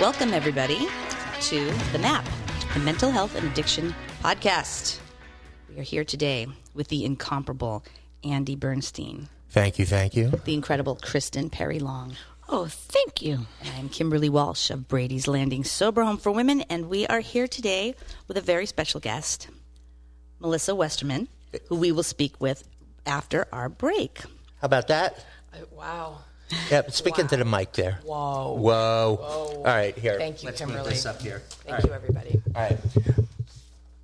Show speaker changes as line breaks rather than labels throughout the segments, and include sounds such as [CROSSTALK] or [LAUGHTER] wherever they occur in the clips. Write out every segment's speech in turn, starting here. Welcome, everybody, to The MAP, the Mental Health and Addiction Podcast. We are here today with the incomparable Andy Bernstein,
Thank you, thank you.
the incredible Kristen Perry Long,
Oh, thank you.
and I'm Kimberly Walsh of Brady's Landing Sober Home for Women, and we are here today with a very special guest, Melissa Westerman, who we will speak with after our break.
How about that?
Wow.
Yep, speaking to the mic there.
Whoa.
Whoa. All right, here.
Thank you,
Let's move
Kimberly.
this up here.
Thank you, everybody.
All right.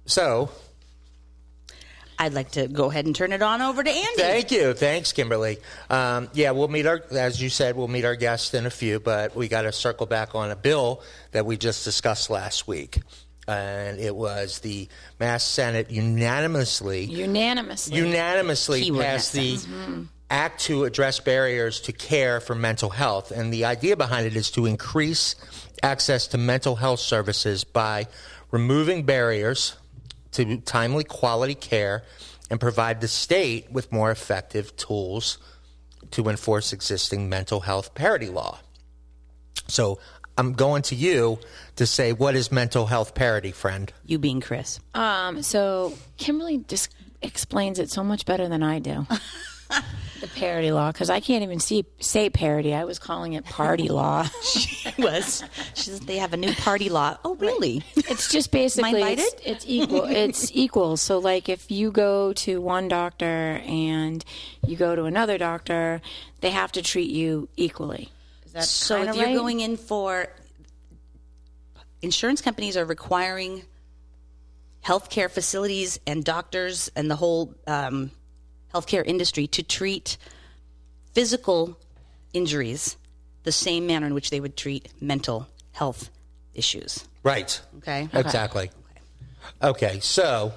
So,
I'd like to go ahead and turn it on over to Andy.
thank you. Thanks, Kimberly. Um, yeah, we'll meet our, as you said, we'll meet our guest in a few, but we got to circle back on a bill that we just discussed last week. And it was the Mass Senate unanimously
Unanimously.
unanimously
Keyword
passed
that
the act to address barriers to care for mental health and the idea behind it is to increase access to mental health services by removing barriers to timely quality care and provide the state with more effective tools to enforce existing mental health parity law so i'm going to you to say what is mental health parity friend
You being Chris.
um, so Kimberly just explains it so much better than I do. the parody law, because I can't even see say parody. I was calling it party law.
was. [LAUGHS] She says they have a new party law. Oh, really?
it's just basically it's,
lighted?
it's equal. It's equal. So like if you go to one doctor and you go to another doctor, they have to treat you equally. Is that
So
kinda
if you're
right?
going in for insurance companies are requiring healthcare facilities and doctors and the whole um, healthcare industry to treat physical injuries the same manner in which they would treat mental health issues.
right
Okay.
Exactly. Okay, so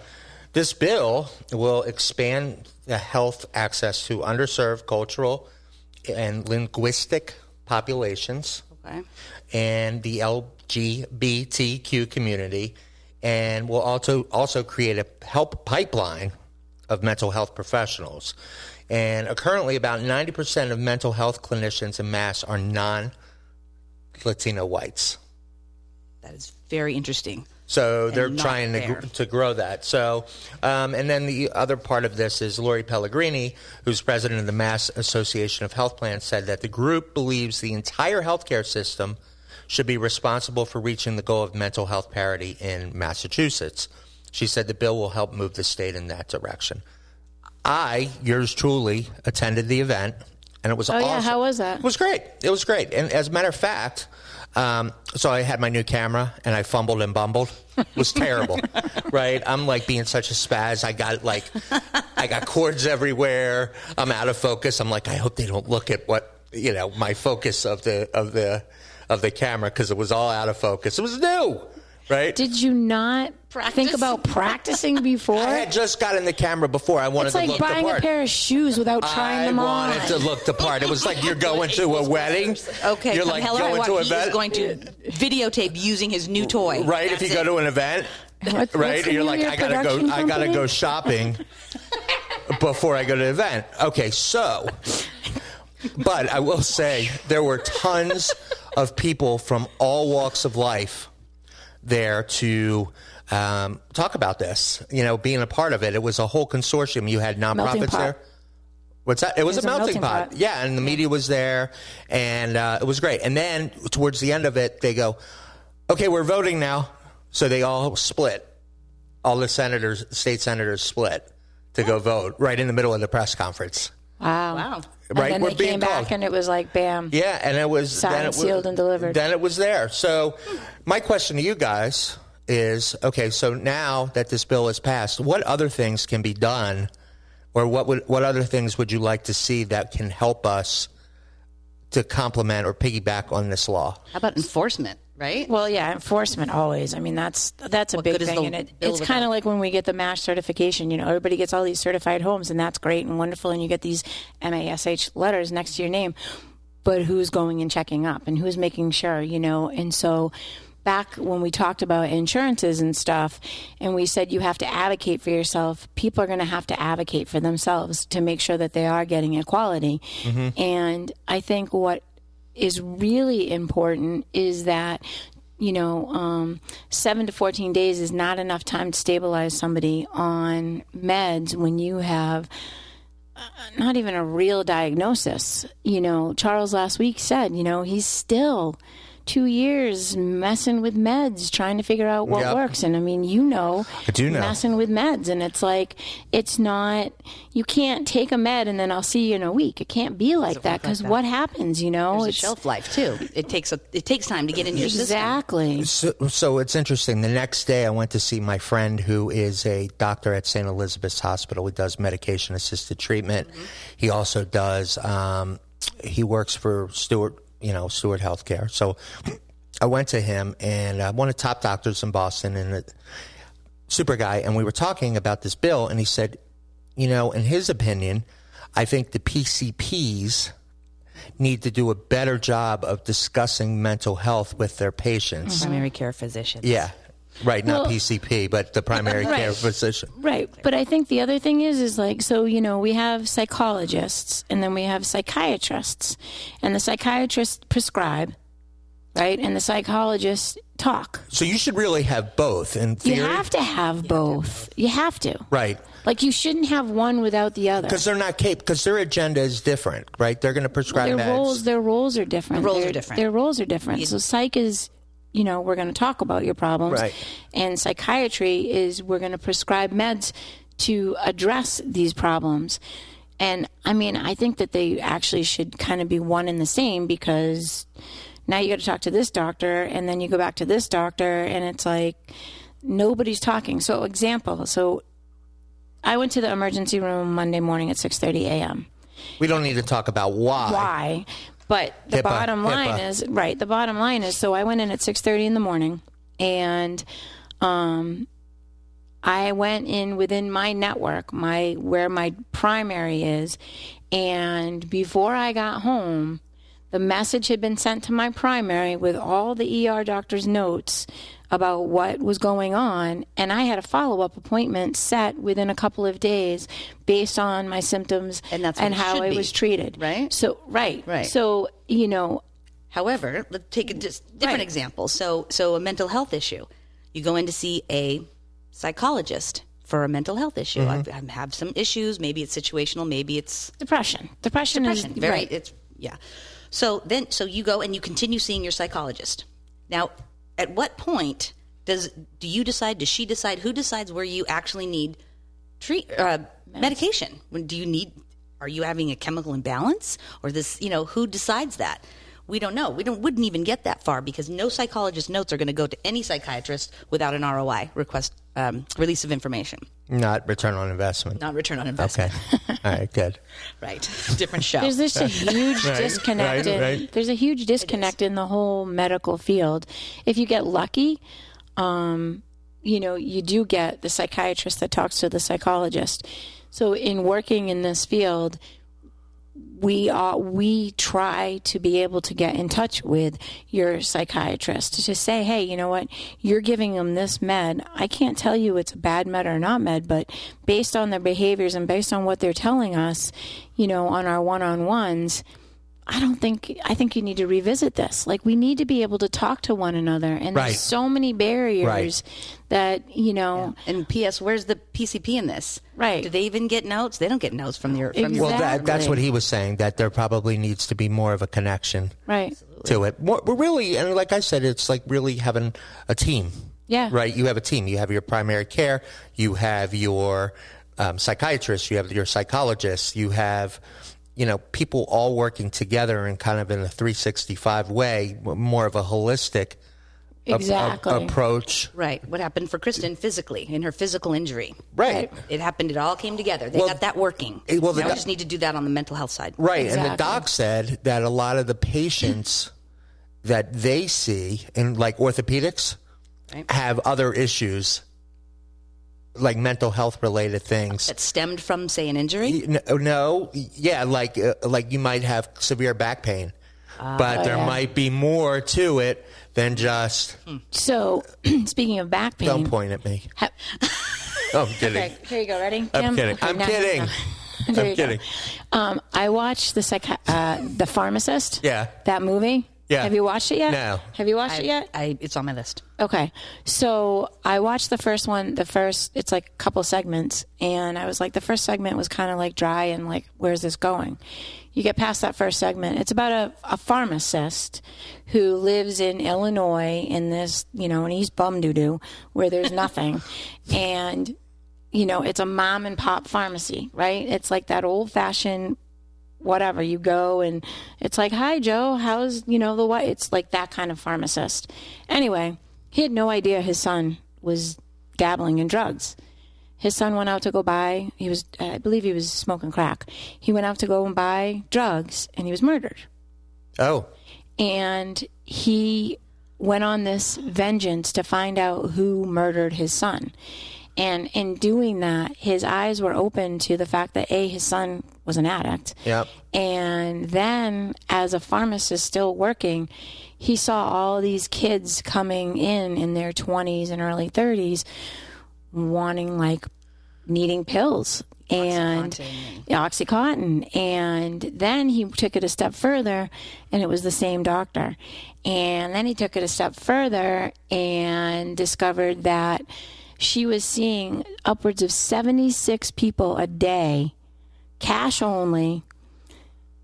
this bill will expand the health access to underserved cultural and linguistic populations
Okay.
and the LGBTQ community, and will also also create a help pipeline of mental health professionals. And uh, currently, about ninety percent of mental health clinicians in Mass are non-Latino whites.
That is very interesting.
So they're
not
trying to,
fair.
gr- to grow that. So, um, and then the other part of this is Lori Pellegrini, who's president of the Mass Association of Health Plans, said that the group believes the entire healthcare system should be responsible for reaching the goal of mental health parity in Massachusetts. She said the bill will help move the state in that direction. I, yours truly, attended the event, and it was
Oh,
awesome.
yeah, how was that?
It was great. It was great. And as a matter of fact, um, so I had my new camera and I fumbled and bumbled. It was terrible, right? I'm like being such a spaz. I got like, I got cords everywhere. I'm out of focus. I'm like, I hope they don't look at what you know my focus of the of the of the camera because it was all out of focus. It was new, right?
Did you not think about practicing
[LAUGHS]
before?
I had just gotten the camera before. I wanted
It's
to
like
look
buying
the
a
part.
pair of shoes without trying
I
them on.
wanted to look the part. It was like
[LAUGHS]
you're going to a wedding.
Okay,
you're
come
like
hell or high
going to
water,
a
he is
event,
going to videotape using his new toy.
right? If
That's
you go
it.
to an event, right?
What- what's the
You're
name
like,
of your
I gotta go.
production
I gotta go
company?
shopping before I go to the event. Okay, so, but I will say there were tons of people from all walks of life there to. Um, talk about this, you know, being a part of it. It was a whole consortium. You had nonprofits
pot.
there. What's that? It was,
was
a melting, pot. Yeah, and the media was there, and uh, it was great. And then towards the end of it, they go, "Okay, we're voting now." So they all split. All the senators, state senators, split to go vote right in the middle of the press conference.
Wow.
Wow.
And
Right,
then
we're
they
being
came
called.
back and it was like, bam.
Yeah, and it was
Um, Signed,
then it was,
sealed, and delivered.
Then it was there. So, my question to you guys is: Okay, so now that this bill is passed, what other things can be done, or what would what other things would you like to see that can help us to complement or piggyback on this law?
How about enforcement, right?
Well, yeah, enforcement always. I mean, that's that's a big
good is
thing,
the
and it,
bill
it's
without-
kind of like when we get the MASH certification. You know, everybody gets all these certified homes, and that's great and wonderful, and you get these MASH letters next to your name. But who's going and checking up, and who's making sure, you know? And so, back when we talked about insurances and stuff, and we said you have to advocate for yourself, people are going to have to advocate
Mm-hmm.
for themselves to make sure that they are getting equality. And I think what is really important is that you know, um, seven to 14 days is not enough time to stabilize somebody on meds when you have uh, not even a real diagnosis. You know, Charles last week said, you know, he's still two years messing with meds, trying to figure out what
Yep.
works. And I mean, you know,
I do know.
messing with meds. And it's like, it's not, you can't take a med and then I'll see you in a week. It can't be like that because what happens, you know?
There's a
It's-
shelf life too. It takes a, it takes time to get into your system.
Exactly.
So, so it's interesting. The next day, I went to see my friend who is a doctor at St. Elizabeth's Hospital. He does medication assisted treatment. He also does, um, he works for Stewart, you know, Stewart Healthcare. So [CLEARS THROAT] I went to him and uh, one of the top doctors in Boston and a super guy. And we were talking about this bill, and he said, you know, in his opinion, I think the PCPs need to do a better job of discussing mental health with their patients.
Primary care physicians.
Yeah. Right, not
Well-
PCP, but the primary care physician.
Right. But I think the other thing is, is like, so, you know, we have psychologists and then we have psychiatrists, and the psychiatrists prescribe, right? And the psychologists talk.
So you should really have both in theory.
You have to have both. You have to.
right.
Like, you shouldn't have one without the other.
Because they're not capable, because their agenda is different, right? They're going to prescribe
Their
meds.
roles, their roles are different.
Their roles
Their-
are different.
Their roles are different. So psych is, you know, we're going to talk about your problems,
Right.
and psychiatry is we're going to prescribe meds to address these problems. And I mean, I think that they actually should kind of be one and the same because now you got to talk to this doctor, and then you go back to this doctor, and it's like nobody's talking. So, example, so. I went to the emergency room Monday morning at 6:30 a.m
we don't need to talk about why.
why. But the
HIPAA,
bottom line
HIPAA.
is right. The bottom line is so I went in at six thirty in the morning, and um, I went in within my network, my where my primary is, and before I got home, the message had been sent to my primary with all the ER doctor's notes about what was going on, and I had a follow up appointment set within a couple of days based on my symptoms
And that's what
and
it
how
should
I
be,
was treated.
right?
So right,
Right.
So you know,
However, let's take a just different
Right.
example. So, so a mental health issue. You go in to see a psychologist for a mental health issue.
Mm-hmm.
I, I have some issues. Maybe it's situational. Maybe it's
depression. Depression,
depression.
is
Very.
Mm-hmm. right.
It's yeah. So then, so you go and you continue seeing your psychologist. Now, at what point does do you decide? Does she decide? Who decides where you actually need treat uh, medication? When do you need? Are you having a chemical imbalance or this? You know, who decides that? We don't know. We don't wouldn't even get that far because no psychologist notes are going to go to any psychiatrist without an ROI request um, release of information,
Not return on investment.
not return on
Okay.
[LAUGHS]
investment.
All right, good.
Right, [LAUGHS] different show.
There's just a huge
[LAUGHS] Right,
disconnect.
right,
in,
right.
There's a huge disconnect in the whole medical field. If you get lucky, um, you know, you do get the psychiatrist that talks to the psychologist. So in working in this field, we are we try to be able to get in touch with your psychiatrist to say, hey, you know what, you're giving them this med. I can't tell you it's a bad med or not med, but based on their behaviors and based on what they're telling us, you know, on our one on ones, I don't think I think you need to revisit this. Like we need to be able to talk to one another, and
Right.
there's so many barriers
Right.
that you know.
And P.S. Where's the PCP in this?
Right.
Do they even get notes? They don't get notes from your. From
Well,
your
that, that's
Exactly.
what he was saying, that there probably needs to be more of a connection
Right.
to it. More, we're really, and like I said, it's like really having a team.
Yeah.
Right. You have a team. You have your primary care. You have your um, psychiatrist. You have your psychologist. You have, you know, people all working together and kind of in a 365 way, w- more of a holistic a- a-
Exactly.
approach.
right. What happened for Kristen physically in her physical injury?
Right.
It happened. It all came together. They
Well,
got that working.
eh, well, the
now we
doc-
just need to do that on the mental health side.
Right. And the
Exactly.
doc said that a lot of the patients [CLEARS THROAT] that they see in like orthopedics
Right.
have other issues, like mental health related things.
That stemmed from say an injury.
Y- No, no, yeah, like uh, like you might have severe back pain,
Ah,
but there might be more to it than just.
So, [CLEARS THROAT] speaking of back Hmm. pain, [LAUGHS]
Don't point at me.
ha-
Oh, I'm kidding.
Okay, here you go. Ready?
I'm
Kim?
kidding.
Okay,
I'm
now-
kidding.
There you
I'm
go. [LAUGHS]
kidding.
Um, I watched the psych- uh, the pharmacist.
Yeah.
That movie.
Yeah.
Have you watched it yet?
No.
Have you watched it yet?
I, it's on my list.
Okay. So I watched the first one, the first, it's like a couple segments, and I was like, the first segment was kind of like dry and like, where's this going? You get past that first segment. It's about a, a pharmacist who lives in Illinois in this, you know, and he's bum doo doo where there's nothing. and, you know, it's a mom and pop pharmacy, right? It's like that old fashioned whatever you go and it's like hi joe how's you know the what it's like that kind of pharmacist anyway he had no idea his son was dabbling in drugs his son went out to go buy he was i believe he was smoking crack he went out to go and buy drugs and he was murdered
Oh,
and he went on this vengeance to find out who murdered his son. And in doing that, his eyes were open to the fact that A, his son was an addict.
Yep.
And then, as a pharmacist still working, he saw all these kids coming in in their 20s and early 30s wanting, like, needing pills. And Oxycontin. And then he took it a step further, and it was the same doctor. And then he took it a step further and discovered that she was seeing upwards of 76 people a day, cash only,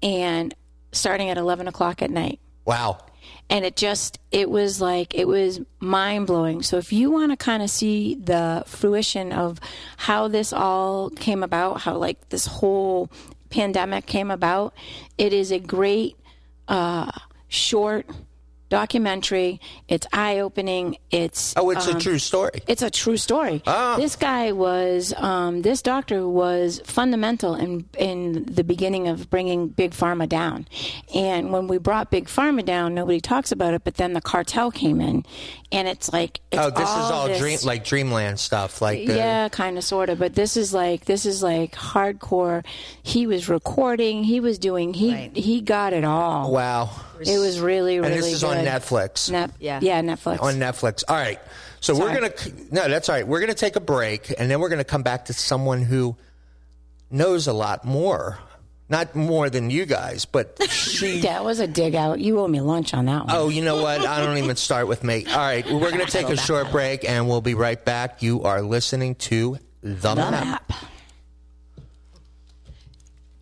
and starting at 11 o'clock at night
wow.
and it just it was like it was mind blowing so if you want to kind of see the fruition of how this all came about how like this whole pandemic came about it is a great uh short documentary it's eye opening it's
Oh, it's a true story.
it's a true story.
Ah.
This guy was, um, this doctor was fundamental in in the beginning of bringing big pharma down. And when we brought big pharma down, nobody talks about it. But then the cartel came in, and it's like it's
Oh, this is all
this-
dream like uh, dreamland stuff. Like the,
yeah, kind of, sort of. But this is like this is like hardcore. He was recording. He was doing. He
Right.
he got it all.
wow.
It was really really.
And this is on
good.
Netflix.
Net-
Yeah.
yeah, Netflix.
on Netflix. All right. So we're going to No, that's all right. We're going to take a break and then we're going to come back to someone who knows a lot more. Not more than you guys,
[LAUGHS]
but she
that was a dig out. You owe me lunch on that one.
Oh, you know what? I don't even start with me. All right, we're going to take a short break and we'll be right back. You are listening to The, Map.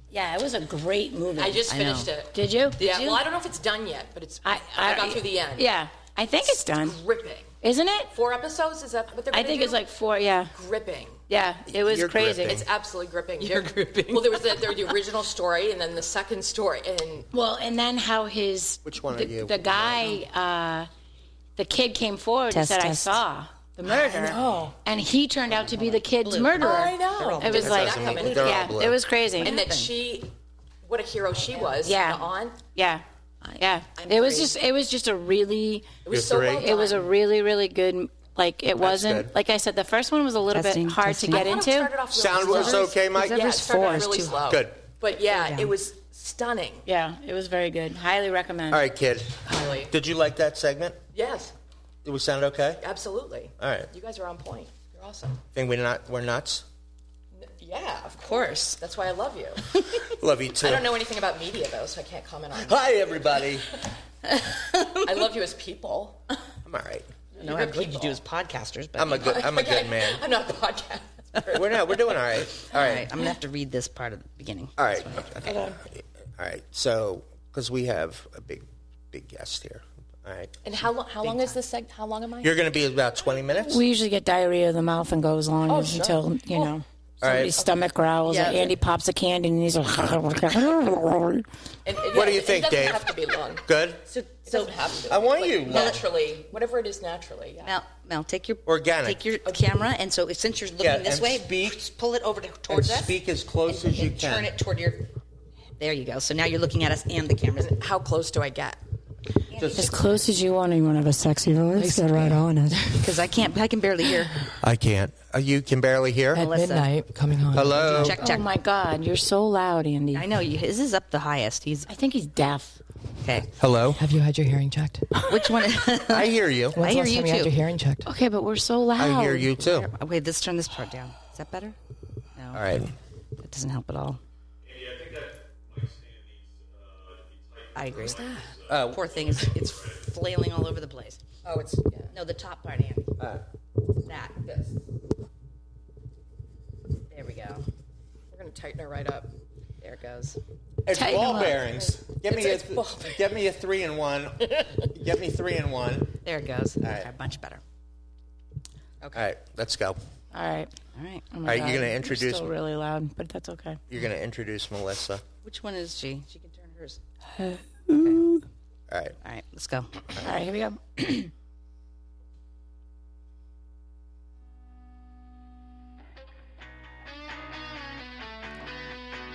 Yeah, it was a great movie.
I just finished it.
Did you?
Yeah.
Did you?
Well, I don't know if it's done yet, but it's. I, got through the end.
Yeah, I think it's done,
Gripping.
isn't it?
Four episodes is that what they're?
I
gonna
think
do?
it's like four. Yeah,
gripping.
yeah, it was
You're
crazy.
gripping.
It's absolutely gripping. You're gripping. Well, there was the, there were the original story and then the second story, and
Well, and then how his
Which one
the,
are you?
The guy, uh, the kid came forward
Test,
and said,
test.
"I saw the murder," and he turned out to be the kid's murderer.
Oh, I know.
It was
That
like,
doesn't make-
they're all
yeah,
blue.
it was crazy.
and that she, what a hero she was.
Yeah.
On.
yeah, yeah, it was
crazy.
just it was just a really
It was so well
three.
It was a really, really good. Like it wasn't
good.
like I said. The first one was a little
Testing,
bit hard
testing.
to
I
get
I thought it
into.
started off really
Sound was
slow.
okay, Mike?
Yeah, it started off
four is
really
too
slow.
Good.
But yeah, it was stunning.
Yeah, it was very good. Highly recommend.
All right, kid.
Really.
Did you like that segment?
Yes.
Did we sound okay?
Absolutely.
All right.
You guys are on point. You're awesome.
Think we're not we're nuts?
Yeah, of course. That's why I love you.
[LAUGHS] Love you too.
I don't know anything about media though, so I can't comment
[LAUGHS]
on.
Hi everybody.
I love you as people.
I'm all right.
I know how good you do as podcasters, but
I'm a good I'm a
[LAUGHS]
good man.
I'm not a podcast.
We're not we're doing all right. All
All right,
right.
I'm gonna have to read this part of the beginning.
All right. All right. So cuz we have a big big guest here. All right.
And how long? How long is this? Seg- how long am I?
You're going to be about 20 minutes?
We usually get diarrhea of the mouth and go as long as
sure.
until you
Oh.
know
All right.
somebody's stomach growls
Yeah.
or Andy pops a candy and he's [LAUGHS] like.
And- and-
What do you
it
think,
doesn't
Dave?
Have to be
[LAUGHS]
long.
Good.
So,
It doesn't have to.
I want
Like,
you.
naturally, whatever it is naturally. Yeah.
Mel, Mel, take your
Organic.
Take your camera, and so since you're looking
Yeah,
this
and
way,
speak-
just pull it over to, towards us.
speak as close
and-
as you
and Turn
can.
it toward your. There you go. So now you're looking at us and the cameras.
How close do I get?
As close as you want, and you want to have a sexy voice. Get right on it.
Because I can't. I can barely hear.
I can't. Uh, you can barely hear.
at midnight coming home.
Hello.
Check,
Oh
check.
my [LAUGHS] God, you're so loud, Andy.
I know you, his is up the highest. He's
I think he's deaf.
okay.
Hello.
Have you had your hearing checked?
Which one?
[LAUGHS]
I hear you.
[LAUGHS] I
When's the
hear
last
you
time you had your
too.
hearing checked?
Okay, but we're so loud.
I hear you too.
Wait, let's turn this part down. Is that better? No,
All right.
that doesn't help at all. I agree. Uh, Poor thing, is, it's flailing all over the place.
Oh, it's
No, the top part, Andy. that.
This.
There we go.
We're going to tighten her right up.
There it goes.
it's
Tighten
ball
them up.
bearings. Get me
It's-
a
it's ball bearings.
get me a three in one. get me three in one.
There it goes.
right.
Okay, much better.
All right, let's go.
All right.
All right.
Oh my
All right, you're
God.
gonna
I'm
introduce-
Still really loud, but that's okay.
You're gonna introduce Melissa.
Which one is she? She can turn hers.
All right.
All right, let's go.
All right, here we go.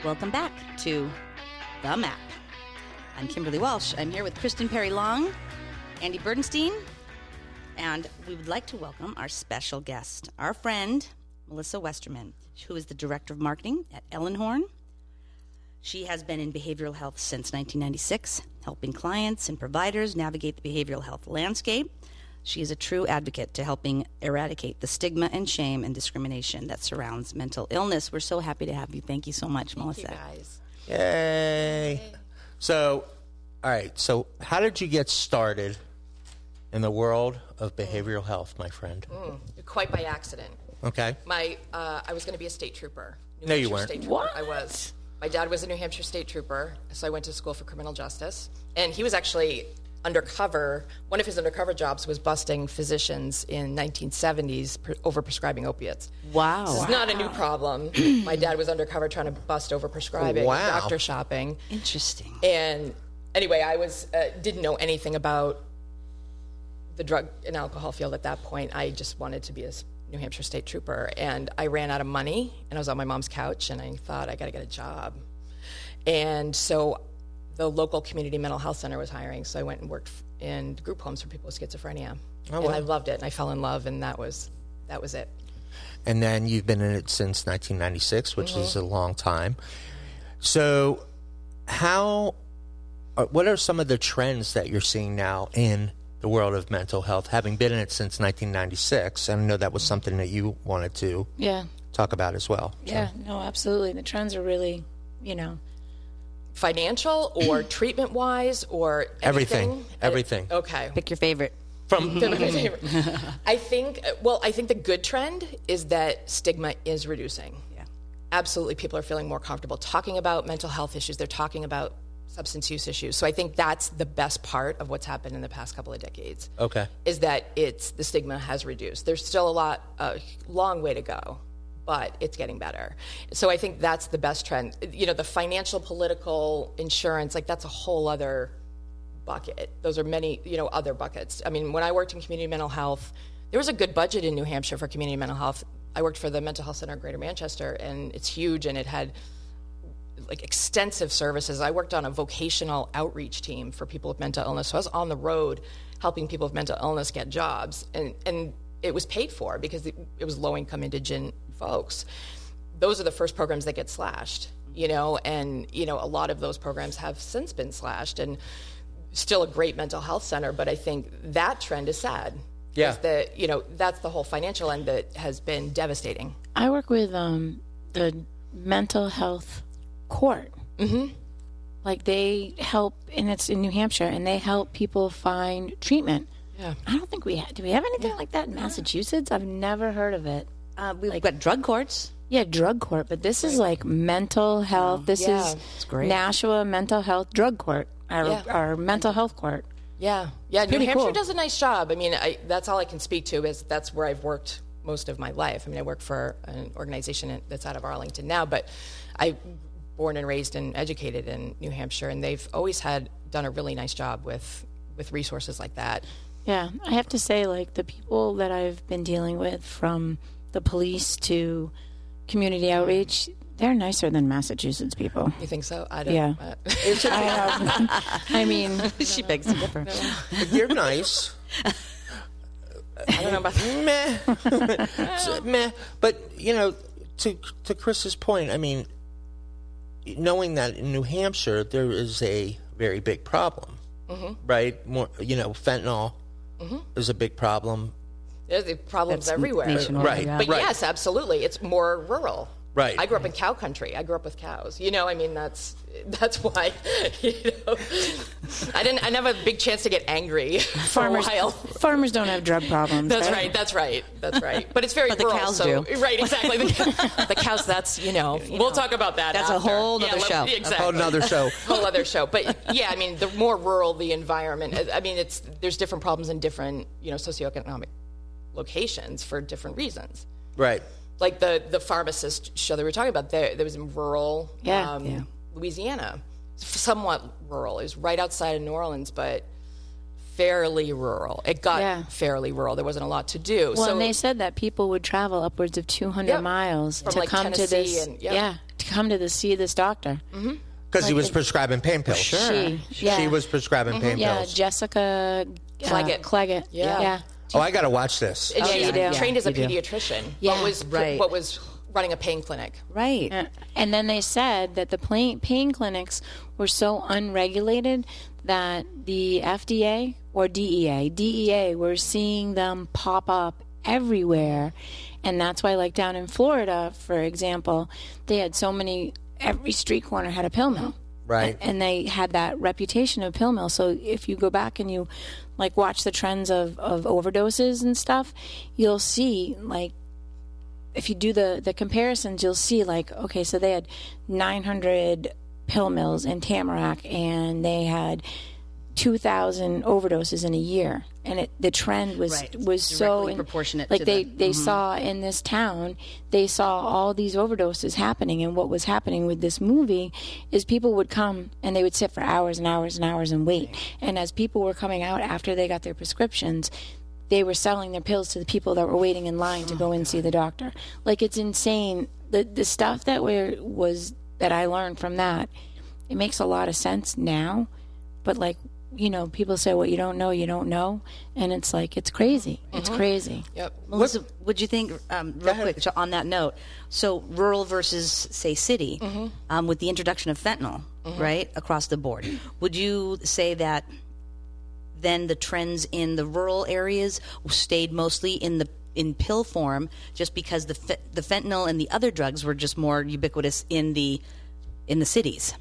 Welcome back to The Map. I'm Kimberly Walsh. I'm here with Kristen Perry Long, Andy Burdenstein, and we would like to welcome our special guest, our friend, Melissa Westerman, who is the Director of Marketing at Ellenhorn. She has been in behavioral health since 1996, helping clients and providers navigate the behavioral health landscape. She is a true advocate to helping eradicate the stigma and shame and discrimination that surrounds mental illness. We're so happy to have you. Thank you so much, Melissa.
Guys.
Yay. So, all right. So, how did you get started in the world of behavioral health, my friend?
Quite by accident.
Okay.
My, uh, I was going to be a state trooper. New
No, you
Hampshire
weren't.
State trooper. I was. My dad was a New Hampshire state trooper, so I went to school for criminal justice, and he was actually undercover. One of his undercover jobs was busting physicians in 1970s per, over prescribing opiates.
Wow.
This is not a new problem. My dad was undercover trying to bust over prescribing,
Wow.
doctor shopping.
Interesting.
And anyway, I was uh, didn't know anything about the drug and alcohol field at that point. I just wanted to be a s- New Hampshire state trooper, and I ran out of money, and I was on my mom's couch, and I thought I got to get a job, and so the local community mental health center was hiring, so I went and worked f- in group homes for people with schizophrenia,
Oh,
and I loved it, and I fell in love, and that was that was it.
And then you've been in it since 1996, which is a long time. So, how, uh, what are some of the trends that you're seeing now in the world of mental health, having been in it since 1996? And I know that was something that you wanted to
Yeah.
talk about as well.
Yeah. No, absolutely. The trends are really, you know,
Financial
[CLEARS THROAT]
or treatment wise or
Everything.
anything?
Everything.
Okay.
Pick your favorite.
[LAUGHS]
From [LAUGHS]
I think, well, I think the good trend is that stigma is reducing. Yeah. Absolutely. People are feeling more comfortable talking about mental health issues. They're talking about substance use issues. So I think that's the best part of what's happened in the past couple of decades
okay.
is that it's the stigma has reduced. There's still a lot, a long way to go, but it's getting better. So I think that's the best trend. You know, the financial, political, insurance, like that's a whole other bucket. Those are many, you know, other buckets. I mean, when I worked in community mental health, there was a good budget in New Hampshire for community mental health. I worked for the Mental Health Center of Greater Manchester, and it's huge, and it had like extensive services. I worked on a vocational outreach team for people with mental illness. So I was on the road helping people with mental illness get jobs, and and it was paid for because it, it was low income indigent folks. Those are the first programs that get slashed, you know, and you know a lot of those programs have since been slashed, and still a great mental health center. But I think that trend is sad.
Yeah.
Is that you know that's the whole financial end that has been devastating.
I work with um, the mental health court. Mm-hmm. Like they help, and it's in New Hampshire, and they help people find treatment.
Yeah.
I don't think we ha- do. We have anything like that in Massachusetts. I've never heard of it.
Uh, we've got drug courts.
Yeah, drug court, but this is like mental health. This
Yeah.
is Nashua mental health drug court, our,
Yeah.
our mental health court.
Yeah, yeah. New
pretty
Hampshire
cool.
does a nice job. I mean, I, that's all I can speak to is that's where I've worked most of my life. I mean, I work for an organization that's out of Arlington now, but I born and raised and educated in New Hampshire, and they've always had done a really nice job with with resources like that.
Yeah, I have to say, like the people that I've been dealing with, from the police to community outreach, they're nicer than
[LAUGHS]
Massachusetts people.
You think so? I don't.
Yeah.
uh, [LAUGHS]
I mean,
she begs to differ.
You're nice.
I don't know about that.
meh, So, meh. But you know, to to Chris's point, I mean, knowing that in New Hampshire there is a very big problem,
Mm-hmm.
right? More, you know, fentanyl is a big problem.
There's the problems everywhere. Oh
nationwide,
Right, yeah.
But
right.
yes, absolutely, it's more rural.
Right.
I grew up in cow country. I grew up with cows. You know, I mean, that's that's why. [LAUGHS] You know, I didn't. I never had a big chance to get angry [LAUGHS] for
farmers
a while.
[LAUGHS]
farmers don't have drug problems.
That's right. That's right. That's right. But it's very
But the
rural,
cows
so,
do.
[LAUGHS] Right. Exactly. The, the cows. That's
[LAUGHS]
you know. we'll talk about that.
That's a
after.
whole
Yeah,
nother
let-
show.
Exactly.
Whole nother
[LAUGHS]
show.
Whole other show. But yeah, I mean, the more rural the environment. I- I mean, it's there's different problems in different you know socioeconomic locations for different reasons.
Right.
Like the the pharmacist show that we were talking about. There, there was in rural um,
Yeah, yeah.
Louisiana, somewhat rural. It was right outside of New Orleans, but fairly rural. It got
Yeah.
fairly rural. There wasn't a lot to do.
Well,
so
and they said that people would travel upwards of 200
Yep.
miles
From,
to
like,
come to
Tennessee
this.
and- yep.
Yeah, to come to this, see this doctor.
Because he was prescribing pain pills. Sure.
She, yeah,
She was prescribing pain
Mm-hmm.
yeah,
pills.
Jessica uh,
Claggett.
Claggett.
Yeah.
yeah,
Oh, I got to watch this.
And she
you do.
trained as a
you do.
pediatrician.
Yeah.
What was
Right.
what was running a pain clinic.
Right.
And then they said that the pain, pain clinics were so unregulated that the FDA or E DEA, DEA were seeing them pop up everywhere. And that's why, like down in Florida, for example, they had so many, every street corner had a pill mill.
Right.
And they had that reputation of pill mill. So if you go back and you like watch the trends of, of overdoses and stuff, you'll see like if you do the the comparisons, you'll see like okay, so they had 900 pill mills in Tamarack, and they had 2,000 overdoses in a year, and it, the trend was
Right.
was so
Directly proportionate
Like
to
they
the- Mm-hmm.
they saw in this town, they saw all these overdoses happening, and what was happening with this movie is people would come and they would sit for hours and hours and hours and wait, and as people were coming out after they got their prescriptions, they were selling their pills to the people that were waiting in line to
Oh
go and see the doctor. Like it's insane. The the stuff that were was that I learned from that, it makes a lot of sense now. But like, you know, people say what you don't know, you don't know. And it's like it's crazy. It's crazy.
Mm-hmm. Yep.
Melissa, would you think, um, real quick, to- on that note? So, rural versus, say, city, um, with the introduction of fentanyl, right, across the board, would you say that then the trends in the rural areas stayed mostly in the in pill form, just because the fe- the fentanyl and the other drugs were just more ubiquitous in the in the cities?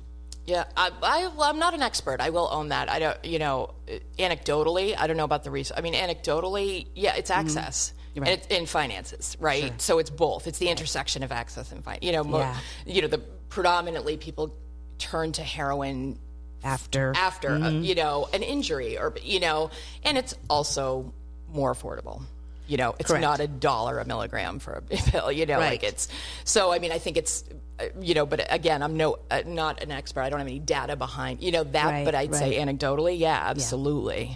Yeah, I, I, well, I'm not an expert. I will own that. I don't, you know, anecdotally, I don't know about the research. I mean, anecdotally, yeah, it's access and it's in finances, right? So it's both. It's the intersection of access and finance. You know, mo
Yeah.
you know, the predominantly people turn to heroin
After,
after, uh,
Mm-hmm.
you know, an injury or you know, and it's also more affordable. You know, it's
Correct.
not a dollar a milligram for a [LAUGHS] pill. You know,
Right.
like it's so. I mean, I think it's uh, you know, but again, I'm no uh, not an expert. I don't have any data behind you know that,
Right,
but I'd say anecdotally, yeah, absolutely.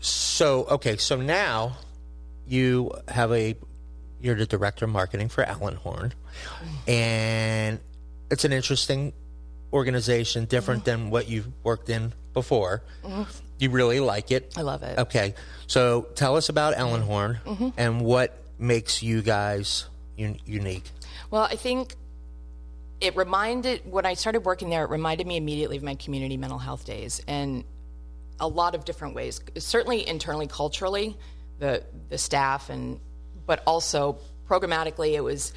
So okay, so now you have a you're the director of marketing for Allen Horn, and it's an interesting organization, different than what you've worked in before. You really like it.
Mm-hmm. I love it. Mm-hmm.
Okay, so tell us about Allen Horn and what makes you guys un- unique.
Well, I think it reminded when I started working there, it reminded me immediately of my community mental health days and a lot of different ways. Certainly internally, culturally, the the staff and but also programmatically it was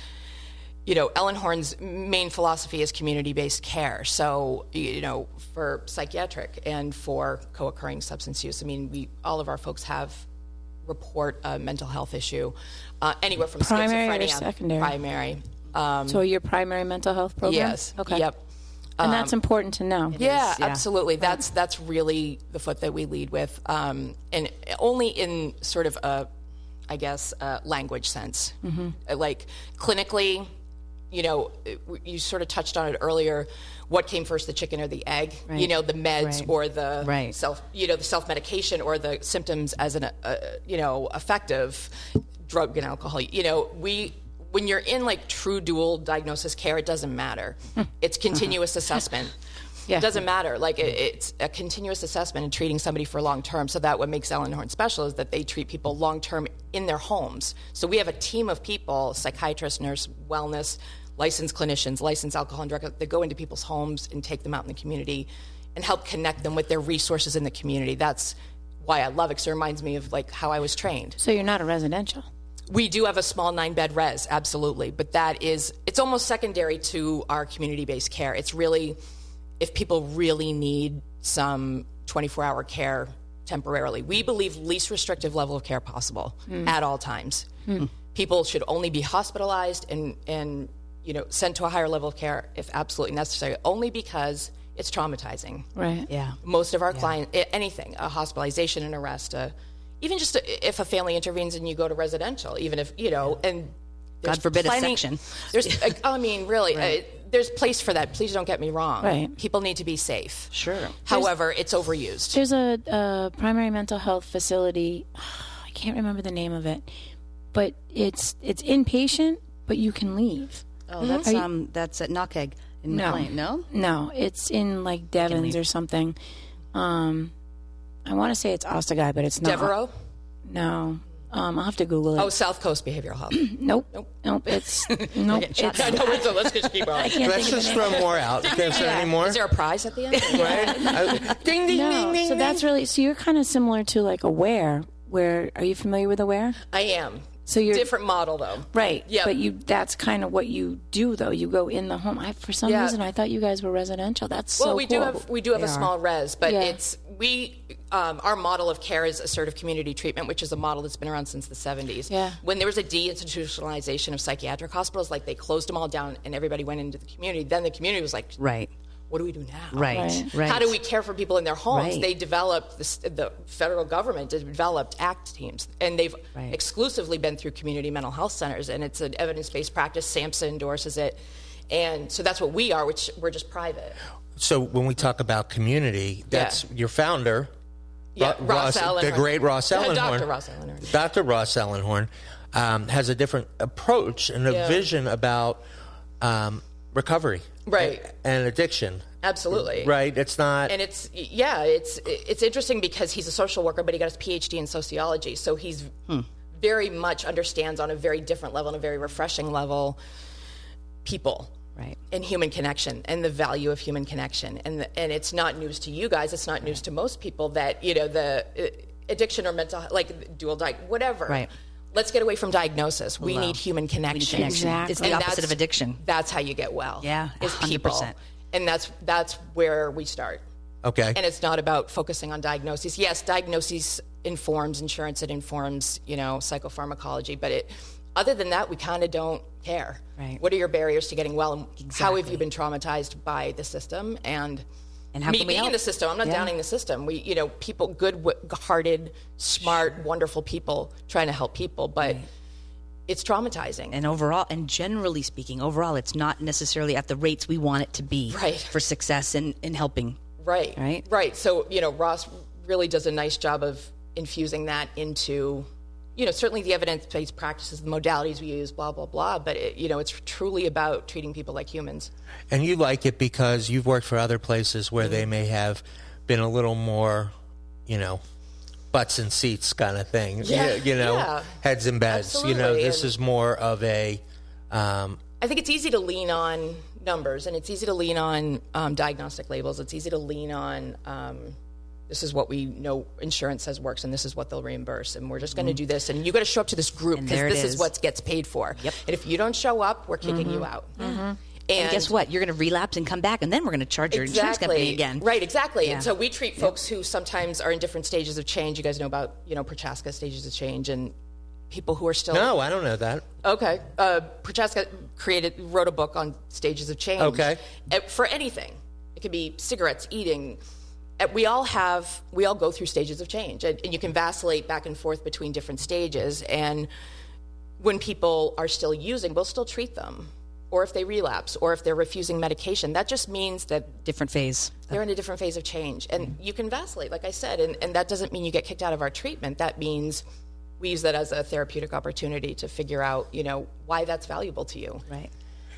you know, Ellen Horn's main philosophy is community based care. So, you know, for psychiatric and for co occurring substance use, I mean, we all of our folks have report a mental health issue, uh, anywhere from
Primary or
schizophrenia,
secondary?
primary. Um,
So your primary mental health program?
yes. Um,
Okay.
Yep.
And that's important to know.
Yeah, absolutely. That's that's really the foot that we lead with, um, and only in sort of a, I guess, a language sense.
Mm-hmm.
Uh, Like clinically, you know, it- you sort of touched on it earlier. What came first, the chicken or the egg? You know, the meds
Right.
or the
Right.
self, you know, the self medication or the symptoms as an, uh, you know, effective drug and alcohol. You know, we. When you're in like true dual diagnosis care, it doesn't matter. It's continuous assessment. It doesn't matter. Like it, it's a continuous assessment and treating somebody for long term. So that what makes Ellen Horn special is that they treat people long term in their homes. So we have a team of people: psychiatrists, nurse, wellness, licensed clinicians, licensed alcohol and drug that go into people's homes and take them out in the community and help connect them with their resources in the community. That's why I love it. 'cause it reminds me of like how I was trained.
So you're not a residential.
We do have a small nine bed res, absolutely, but that is it's almost secondary to our community based care. It's really if people really need some 24 hour care temporarily. We believe least restrictive level of care possible
Hmm.
at all times. People should only be hospitalized and and you know sent to a higher level of care if absolutely necessary, only because it's traumatizing
Right. Yeah.
most of our client clients anything a hospitalization an arrest a, even just a, if a family intervenes and you go to residential even if you know and there's
forbid a section.
there's like, i mean
[LAUGHS]
really uh, there's place for that please don't get me wrong
Right.
people need to be safe
Sure.
however it's overused
There's a, uh primary mental health facility. [SIGHS] I can't remember the name of it, but it's it's inpatient, but you can leave.
Oh, that's um, that's at Knockeg in
No.
McLean. No,
No, it's in like Devon's or something. Um, I want to say it's Ostagai, but it's not.
devereaux
No. Um, I'll have to Google it.
oh south coast behavioral health
nope. Nope. Nope.
[LAUGHS]
It's nope. [CLEARS THROAT] It's,
no, no, so let's just keep on
Let's just throw more out.
[LAUGHS]
Is there any more?
is there a prize at the
[LAUGHS]
end
Right? I- ding, ding,
no.
ding, ding.
So that's really so you're kind of similar to like Aware. Where are you familiar with Aware?
i am
So you're
different model though
right.
Yeah.
But you that's kind of what you do though. You go in the home. I for some
Yeah.
reason I thought you guys were residential. That's
Well,
so
we
cool.
do have we do have a small res, but
Yeah.
it's we um, our model of care is assertive community treatment, which is a model that's been around since the seventies.
Yeah.
When there was a deinstitutionalization of psychiatric hospitals, like they closed them all down and everybody went into the community. Then the community was like,
right,
"What do we do now?
right, right.
How do we care for people in their homes?
Right.
They developed this, the federal government developed ACT teams, and they've
Right.
exclusively been through community mental health centers, and it's an evidence-based practice. SAMHSA endorses it, and so that's what we are, which we're just private.
So when we talk about community, that's your founder,
Yeah,
Ro-
Ross, Allenhorn.
the great Ross Ellenhorn.
Dr. Ross Ellenhorn.
Dr. Ross Ellenhorn um, has a different approach and a
Yeah.
vision about um, recovery,
Right.
and, and addiction.
Absolutely.
Right, it's not.
And it's yeah, it's it's interesting because he's a social worker, but he got his PhD in sociology, so he's
Hmm.
very much understands on a very different level and a very refreshing level people
Right.
and human connection and the value of human connection and the, and it's not news to you guys it's not news to most people that you know the uh, addiction or mental like dual di whatever
Right.
let's get away from diagnosis we need human connection
Connection. It's the
And
opposite
that's-
of addiction.
that's how you get well.
Yeah,
is people,
100%.
and that's that's where we start.
okay.
And it's not about focusing on diagnoses. Yes, diagnoses informs insurance. It informs you know psychopharmacology, but it. Other than that, we kind of don't care.
Right.
What are your barriers to getting well? And How have you been traumatized by the system? And
And how
me
can we
being in
help?
the system, I'm not downing the system. We, you know, people, good-hearted, smart, wonderful people trying to help people, but it's traumatizing.
and overall and generally speaking overall it's not necessarily at the rates we want it to be
Right.
for success in, in helping
Right.
Right?
Right. So, you know, Ross really does a nice job of infusing that into, you know, certainly the evidence based practices, the modalities we use, blah, blah, blah. But, it, you know, it's truly about treating people like humans.
And you like it because you've worked for other places where
Mm-hmm.
they may have been a little more, you know, butts and seats kind of thing.
Yeah.
You, you know,
Yeah.
heads and beds. You know,
Absolutely.
this
And-
is more of a. Um,
I think it's easy to lean on numbers and it's easy to lean on um, diagnostic labels. It's easy to lean on um, this is what we know insurance says works and this is what they'll reimburse. And we're just going to do this. And you got to show up to this group
Mm-hmm. And
because
there it
this is
is. Mm-hmm.
what gets paid for. Yep. And if you don't show up, we're kicking you out. And,
guess what you're going to relapse and come back and then we're going to charge your insurance company again
Right, exactly. And so we treat folks who sometimes are in different stages of change. You guys know about, you know, Prochaska stages of change and people who are still
no, I don't know that.
Okay. Uh, Prochaska created wrote a book on stages of change.
Okay.
Uh, For anything, it could be cigarettes, eating. Uh, We all have, we all go through stages of change, and, and you can vacillate back and forth between different stages. And when people are still using, we'll still treat them, or if they relapse, or if they're refusing medication. That just means that
different phase
they're in a different phase of change and
Mm-hmm.
you can vacillate like i said and, and that doesn't mean you get kicked out of our treatment that means we use that as a therapeutic opportunity to figure out you know why that's valuable to you
right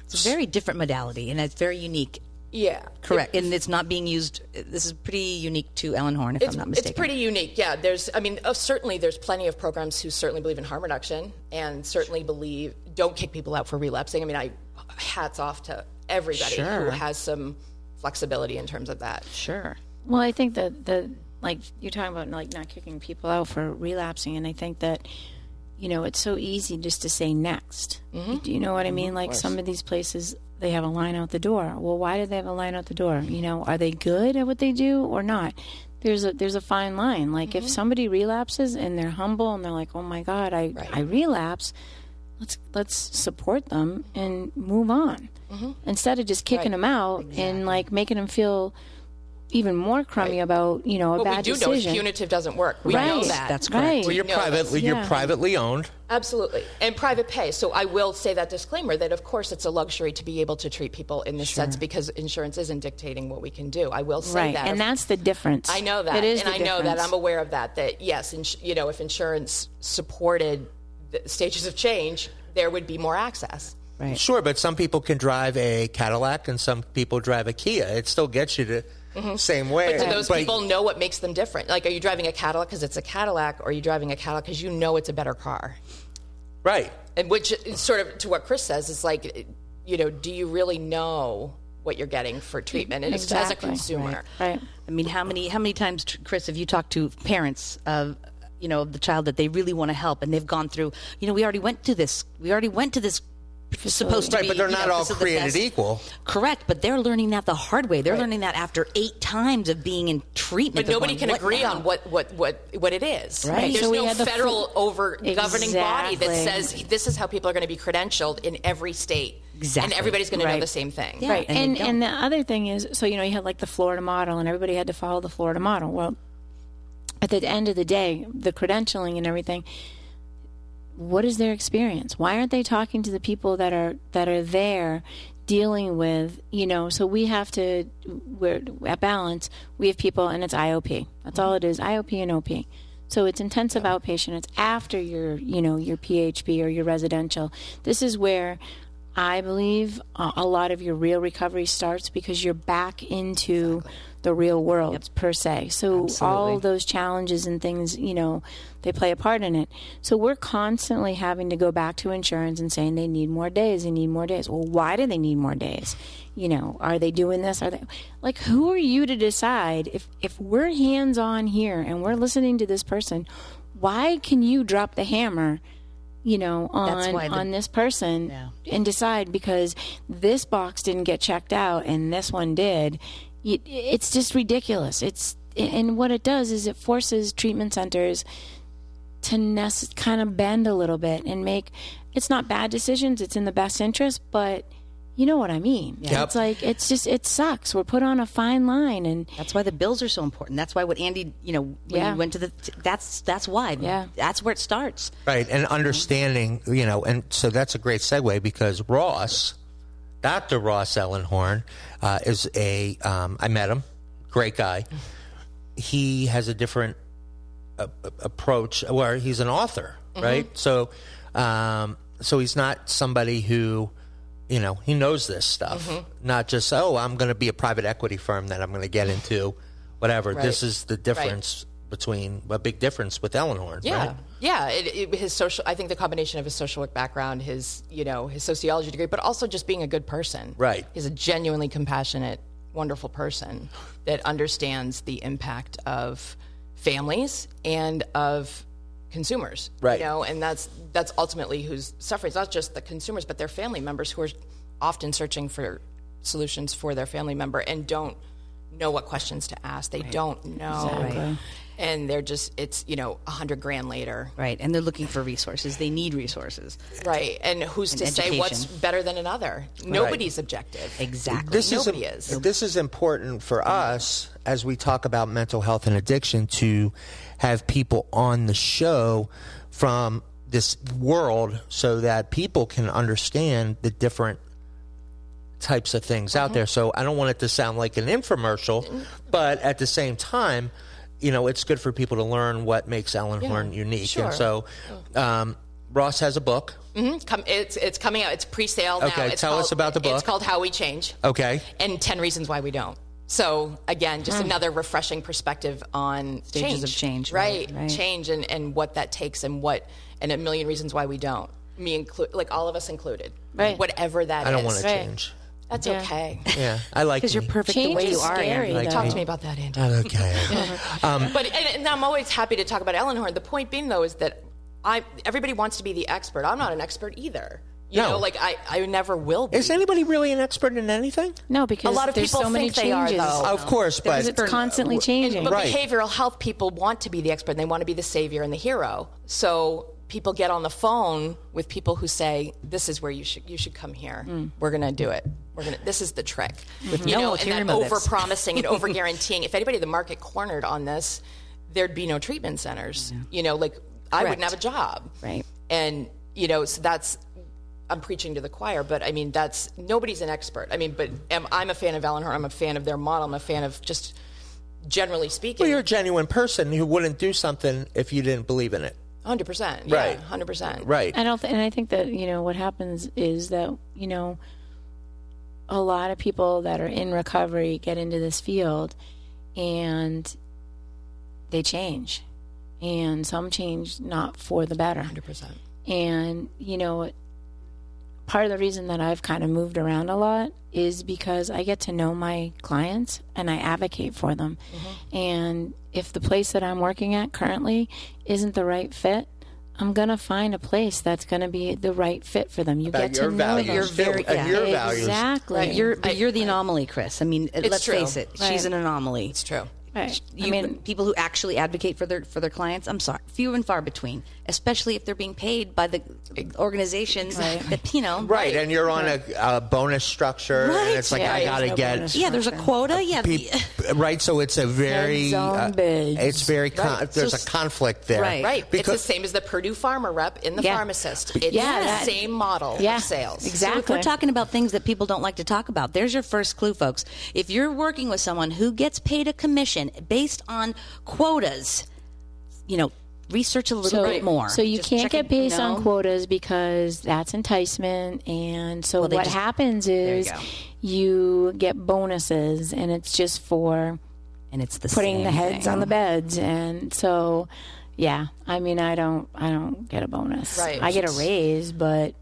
it's a very different modality and it's very unique
yeah
correct and it's not being used this is pretty unique to ellen horn if i'm not mistaken
It's pretty unique. Yeah, there's. I mean, uh, certainly there's plenty of programs who certainly believe in harm reduction and certainly believe don't kick people out for relapsing. I mean, I hats off to everybody who has some flexibility in terms of that.
sure
Well, I think that the like you're talking about like not kicking people out for relapsing, and I think that you know, it's so easy just to say next.
Mm-hmm.
Do you know what I mean? Like some of these places, they have a line out the door. Well, why do they have a line out the door? You know, are they good at what they do or not? There's a there's a fine line. Like
Mm-hmm.
if somebody relapses and they're humble and they're like, oh my god, I I relapse. Let's let's support them and move on
Mm-hmm.
instead of just kicking them out and like making them feel even more crummy about you know a
What
bad
we do
decision.
know is punitive doesn't work. We know
Right.
that.
That's correct.
Well, you're
No, that's-
privately you're
yeah.
privately owned.
Absolutely. And private pay. So I will say that disclaimer that, of course, it's a luxury to be able to treat people in this sense because insurance isn't dictating what we can do. I will say
right,
that.
and
Of-
that's the difference.
I know that.
It is
and
the
I know that.
difference.
I'm aware of that. That, yes, ins- you know, if insurance supported the stages of change, there would be more access.
Sure, but some people can drive a Cadillac and some people drive a Kia. It still gets you the
Mm-hmm.
same way.
But do those people know what makes them different? Like, are you driving a Cadillac because it's a Cadillac, or are you driving a Cadillac because you know it's a better car?
right?
And which is sort of to what Chris says is like, you know, do you really know what you're getting for treatment? And as a
Exactly.
consumer,
Right.
I mean, how many how many times, tr- Chris, have you talked to parents of you know of the child that they really want to help, and they've gone through? You know, we already went to this. We already went to this. Supposed to
Right,
be,
but they're
you
not
know,
all
this is the
created
best.
equal.
Correct, but they're learning that the hard way. They're learning that after eight times of being in treatment.
but
they're
nobody
going,
can
"What
agree
now?"
on what what what what it is.
Right.
There's
So we
no
had the
federal
fu-
over governing body that
Exactly.
says this is how people are going to be credentialed in every state, and
Exactly.
everybody's going to know
Right.
the same thing.
Yeah.
Right.
and they
And
don't.
and the other thing is, so you know, you had like the Florida model, and everybody had to follow the Florida model. Well, at the end of the day, the credentialing and everything. What is their experience? Why aren't they talking to the people that are that are there dealing with you know? So we have to we're at balance. We have people, and it's IOP. That's all it is. IOP and OP. So it's intensive outpatient. It's after your you know your PHP or your residential. This is where I believe a, a lot of your real recovery starts because you're back into the real world per se. So all those challenges and things, you know, they play a part in it. So we're constantly having to go back to insurance and saying they need more days, they need more days. Well, why do they need more days? You know, are they doing this? Are they like who are you to decide if if we're hands on here and we're listening to this person, why can you drop the hammer? you know,
That's
on
why the-
on this person and decide because this box didn't get checked out and this one did. It, it's just ridiculous. It's and what it does is it forces treatment centers to nest, kind of bend a little bit and make. It's not bad decisions. It's in the best interest, but you know what I mean.
Yep.
It's like it's just it sucks. We're put on a fine line, and
That's why the bills are so important. That's why what Andy, you know, when
Yeah.
he went to the, that's that's why.
Yeah.
that's where it starts.
Right, and understanding, you know, and so that's a great segue because Ross, Dr. Ross Ellenhorn, uh, is a, um, I met him, great guy. He has a different a- a- approach where he's an author, right? So, um, so he's not somebody who, you know, he knows this stuff, not just, oh, I'm going to be a private equity firm that I'm going to get into, whatever. This is the difference between, a big difference with Ellenhorn,
Yeah,
right?
yeah. It, it, his social, I think the combination of his social work background, his you know his sociology degree, but also just being a good person.
Right.
he's a genuinely compassionate, wonderful person that understands the impact of families and of consumers.
Right.
you know, and that's that's ultimately who's suffering. It's not just the consumers, but their family members who are often searching for solutions for their family member and don't know what questions to ask. They don't know. And they're just, it's, you know, a hundred grand later.
Right, and they're looking for resources. They need resources.
Right. And who's to say what's
education.
better than another? Nobody's objective.
Exactly.
this
Nobody
is,
is.
this is important for us as we talk about mental health and addiction to have people on the show from this world so that people can understand the different types of things out there so i don't want it to sound like an infomercial but at the same time you know it's good for people to learn what makes ellen horn unique
sure.
and so um, ross has a book
Mhm. Come, it's, it's coming out. It's pre-sale now.
Okay,
It's
tell us
called-
about the book.
It's called How We Change.
okay
and 10 reasons why we don't. So again, just another refreshing perspective on
Hmm. Stages
change,
of change,
right?
right, right.
Change and, and what that takes, and what and a million reasons why we don't. Me include, like all of us included,
Right.
Whatever that is.
i don't want to
Right.
change
That's
[LAUGHS]
okay.
yeah i like
Because you're
me.
perfect the
Change
way
is
you are.
scary,
Andy.
Like,
Talk to
though.
me about that, Andy.
okay [LAUGHS] Um,
But and, and I'm always happy to talk about Ellenhorn. The point being, though, is that I everybody wants to be the expert. I'm not an expert either. You
No.
know, like I, I never will be.
Is anybody really an expert in anything?
No, because
lot of
there's
people
so many
think they are,
changes.
though.
Oh, Of course, but
Because it's constantly changing.
But
Right.
behavioral health people want to be the expert and they want to be the savior and the hero. So people get on the phone with people who say, "This is where you should you should come here. We're going to do it. We're going to. This is the trick." With you
no
know,
ulterior
and that
motives.
over promising and over guaranteeing. If anybody in the market cornered on this, there'd be no treatment centers. You know, like I wouldn't have a job.
Right.
And you know, so that's I'm preaching to the choir, but I mean, that's nobody's an expert. I mean, but am, I'm a fan of Alan Hart. I'm a fan of their model. I'm a fan of just generally speaking,
Well, you're a genuine person who wouldn't do something if you didn't believe in it.
100%.
Right.
Yeah, 100%.
Right.
I don't, th- and I think that you know what happens is that you know a lot of people that are in recovery get into this field, and they change, and some change not for the better.
100%.
And, you know, part of the reason that I've kind of moved around a lot is because I get to know my clients and I advocate for them. And if the place that I'm working at currently isn't the right fit, I'm going to find a place that's going to be the right fit for them. You
About
get to
your
know
values,
them.
You're
too,
very-
and
yeah.
your values.
exactly.
But you're but you're the anomaly, Chris. I mean, uh, let's
true.
face it, she's
Right.
an anomaly.
It's true.
Right.
You,
I mean,
people who actually advocate for their for their clients. I'm sorry, few and far between, especially if they're being paid by the organization that you know.
Right, and you're on a, a bonus structure, and
Right.
it's like
Yeah,
I
there's
gotta
no
get
bonus.
Yeah, there's a quota. Yeah,
peop- right. So it's a very uh,
zombies.
it's very con- there's a conflict there,
Right.
Right.
Because
it's the same as the Purdue farmer rep in the
Yeah.
pharmacist. It's
Yeah,
the
that-
same model
yeah,
of sales.
exactly.
So if we're talking about things that people don't like to talk about, there's your first clue, folks. If you're working with someone who gets paid a commission based on quotas, you know, research a little bit more.
So you
Just
can't
checking-
get based on
No?
quotas because that's enticement. And so
they
what
just-
happens is
go.
you, get bonuses, and it's just for
and it's the
putting
same
the heads
thing.
on the beds. And so, yeah, I mean, I don't, I don't get a bonus.
Right.
I get a raise, but.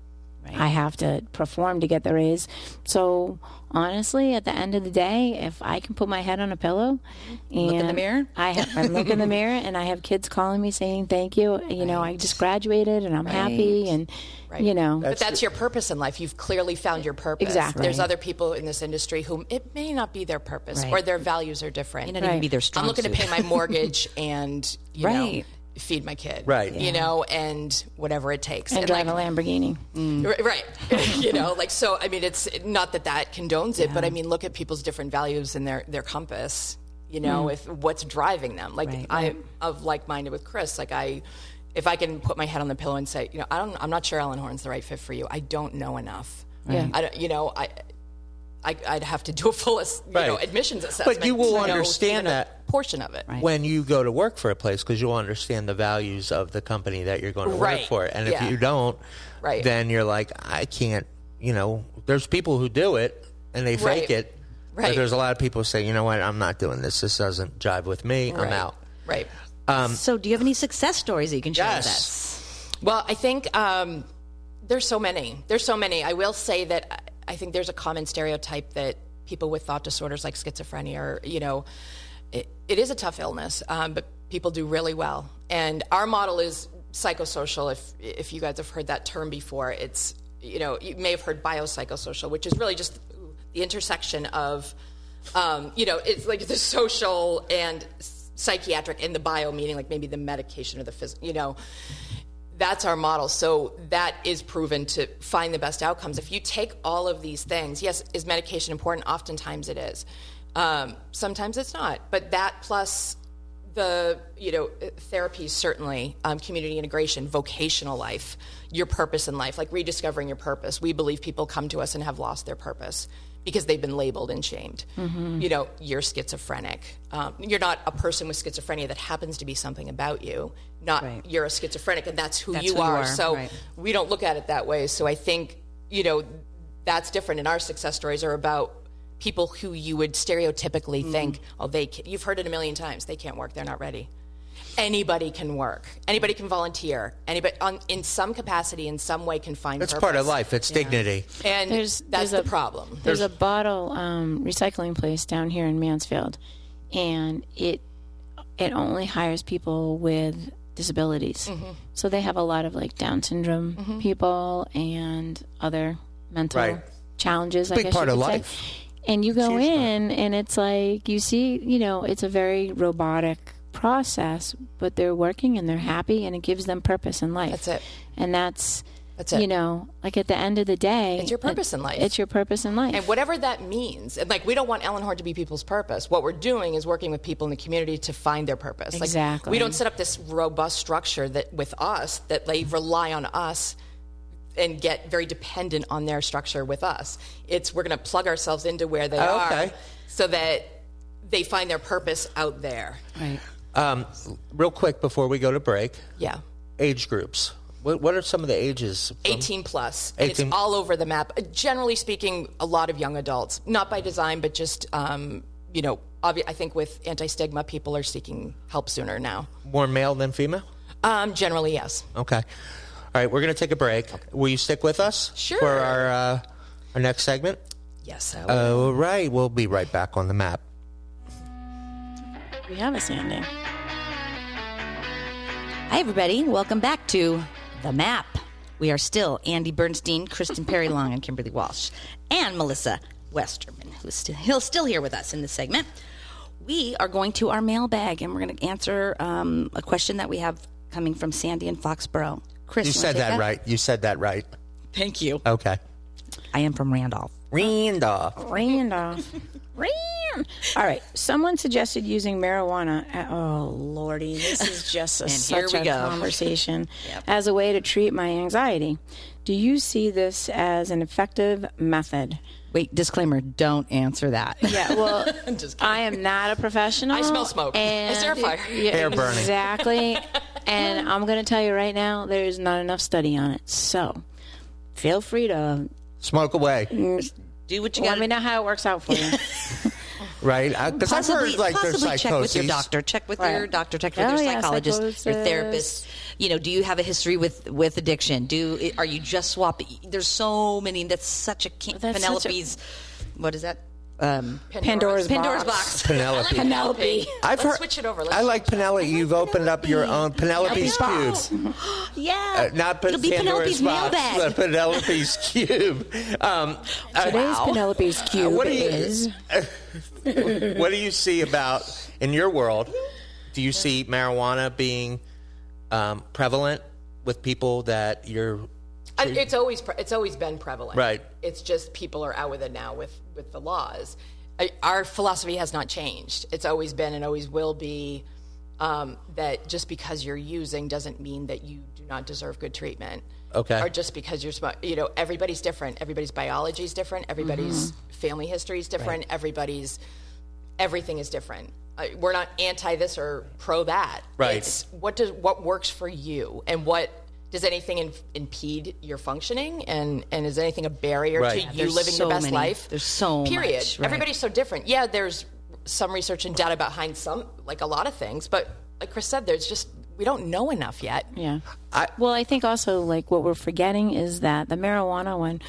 I have to perform to get the raise. So honestly, at the end of the day, if I can put my head on a pillow and
in the mirror?
I have I look
[LAUGHS]
in the mirror and I have kids calling me saying thank you. You know, I just graduated and I'm happy and you know
But that's your purpose in life. You've clearly found your purpose.
Exactly.
There's other people in this industry whom it may not be their purpose
Right.
or their values are different.
May not even be their strong
I'm looking
suit.
to pay my
[LAUGHS]
mortgage and you
Right.
know feed my kid.
Right.
You know, and whatever it takes.
and drive
like,
a Lamborghini.
R- Right. [LAUGHS] you know, like so I mean it's not that that condones it, but I mean look at people's different values and their their compass, you know, if what's driving them. Like I of like-minded with Chris, like I if I can put my head on the pillow and say, you know, I don't I'm not sure Alan Horn's the right fit for you. I don't know enough.
Yeah.
I don't you know, I I, I'd have to do a full, ass- you know,
Right.
admissions
But
assessment.
you will
to know
understand
even a
that-
portion of it.
when you go to work for a place, because you'll understand the values of the company that you're going to work
Right.
for, and
Yeah.
if you don't,
Right.
then you're like I can't. You know, there's people who do it and they fake
Right.
it. But
Right.
there's a lot of people who say, you know what, I'm not doing this. This doesn't jive with me. I'm out.
Right.
Um, So do you have any success stories that you can share with us?
Yes.
Well, I think um, there's so many. There's so many. I will say that I- I think there's a common stereotype that people with thought disorders like schizophrenia or, you know, it, it is a tough illness, um, but people do really well. And our model is psychosocial. If, if you guys have heard that term before, it's, you know, you may have heard biopsychosocial, which is really just the intersection of, um, you know, it's like the social and psychiatric and the bio, meaning like maybe the medication or the physical, you know that's our model. So that is proven to find the best outcomes. If you take all of these things, yes, is medication important? Oftentimes it is. Um, sometimes it's not. But that plus the you know uh, therapy certainly um, community integration vocational life your purpose in life like rediscovering your purpose we believe people come to us and have lost their purpose because they've been labeled and shamed you know you're schizophrenic um, you're not a person with schizophrenia that happens to be something about you not you're a schizophrenic and that's who, you,
who you
are.
are,
so
right.
we don't look at it that way so i think you know that's different and our success stories are about people who you would stereotypically
Mm-hmm.
think oh they can, you've heard it a million times they can't work they're not ready anybody can work anybody can volunteer anybody on, in some capacity in some way can find
It's
purpose.
part of life. It's dignity.
and
There's-
that's
there's
the
a-
problem
There's a bottle um, recycling place down here in Mansfield, and it it only hires people with disabilities.
Mm-hmm.
So they have a lot of like Down syndrome people and other mental
Right.
challenges. I
big
guess
part
you
of
could say.
life.
And you go in, and it's like you see, you know, it's a very robotic process, but they're working and they're happy, and it gives them purpose in life.
That's it.
And that's
That's it.
You know, like at the end of the day,
It's your purpose in life.
It's your purpose in life.
And whatever that means, and like we don't want Ellen Horn to be people's purpose. What we're doing is working with people in the community to find their purpose. Like,
Exactly.
we don't set up this robust structure that with us that they rely on us and get very dependent on their structure with us. It's we're going to plug ourselves into where they
Oh,
are,
okay.
so that they find their purpose out there.
Right.
Um, real quick before we go to break,
Yeah.
age groups. What, what are some of the ages?
18 plus. It's
18.
all over the map. Generally speaking, a lot of young adults, not by design, but just, um, you know, obvi- I think with anti stigma, people are seeking help sooner now.
More male than female?
Um, generally, yes.
Okay. All right, we're going to take a break. Will you stick with us for
Sure.
our uh, our next segment?
Yes. I
All right, we'll be right back on the map.
we have a standing.
Hi, everybody. Welcome back to The Map. We are still Andy Bernstein, Kristen Perry Long, and Kimberly Walsh, and Melissa Westerman, who's still, he'll still here with us in this segment. We are going to our mailbag, and we're going to answer um, a question that we have coming from Sandy in Foxborough. Chris,
You
wanna
said
take
that, right. You said that right.
Thank you.
Okay.
I am from Randolph.
Randolph.
[LAUGHS] Randolph. Ram. All right. Someone suggested using marijuana. a- Oh lordy, this is just a,
here
such
we
a
go.
conversation as a way to treat my anxiety. Do you see this as an effective method?
Wait, disclaimer: don't answer that.
Yeah. [LAUGHS] Well,
just kidding.
I am not a professional.
I smell smoke.
And
Is there a fire? [LAUGHS]
Yeah,
Hair burning.
Exactly. and I'm going to tell you right now, there is not enough study on it. So feel free to
Smoke away.
Do what you got
let
to
me know how it works out for you.
Right? Because I've
possibly,
heard like there's
possibly check with your
psychoses.
doctor. Check with your doctor. Check with
Oh,
your
yeah,
psychologist, your
psychosis.
therapist. You know, do you have a history with with addiction? Do are you just swapping? There's so many. That's such a can-
That's such a-
Penelope's. what is that? Um,
Pandora's,
Pandora's box.
box.
[LAUGHS] Penelope.
Penelope.
I've
Let's
heard,
switch it over. Let's
I like Penelope. You've opened up your own Penelope's cube.
Penelope's yeah,
Uh, not Pe-
it'll be
Pandora's
Penelope's
box,
mailbag.
but Penelope's cube. Um, uh,
[LAUGHS]
Today's Penelope's cube
what do you-
is
[LAUGHS] what do you see about in your world? Do you see marijuana being um, prevalent with people that you're
I- it's always pre- it's always been prevalent.
Right.
It's just people are out with it now with with the laws. I, our philosophy has not changed. It's always been and always will be um, that just because you're using doesn't mean that you do not deserve good treatment.
Okay.
Or just because you're smart, you know, everybody's different. Everybody's biology is different. Everybody's
Mm-hmm.
family history is different. Everybody's everything is different. Uh, we're not anti this or pro that.
Right.
It's what does what works for you, and what does anything in, impede your functioning, and and is anything a barrier
Right.
to you
There's
living
so
your best
many-
life?
there's so
period.
much, right.
Everybody's so different. Yeah, there's some research and data behind some like a lot of things, but like Chris said, there's just we don't know enough yet.
Yeah. well, I think also like what we're forgetting is that the marijuana when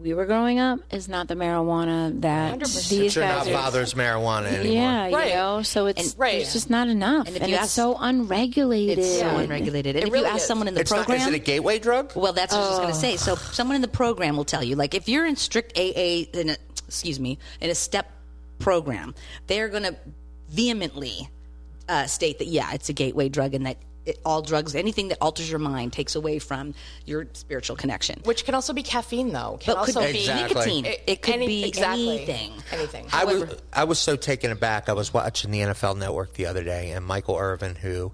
we were growing up is not the marijuana that these
you're not
guys are.
father's marijuana anymore?
Yeah,
Right.
you know, so it's
right.
it's just not enough, and,
if you
it's
ask-
so unregulated.
It's so unregulated. And if
really
you ask
is.
someone in the
It's not,
program,
is it a gateway drug?
Well, that's what I was
Oh.
going to say. So, someone in the program will tell you, like, if you're in strict AA, in a, excuse me, in a step program, they're going to vehemently uh, state that yeah, it's a gateway drug, and that it, all drugs, anything that alters your mind, takes away from your spiritual connection.
Which can also be caffeine, though. Can
But could
also
be
Exactly.
nicotine. It, could
any-
be
exactly.
anything.
Anything.
I was I was so taken aback. I was watching the NFL Network the other day, and Michael Irvin, who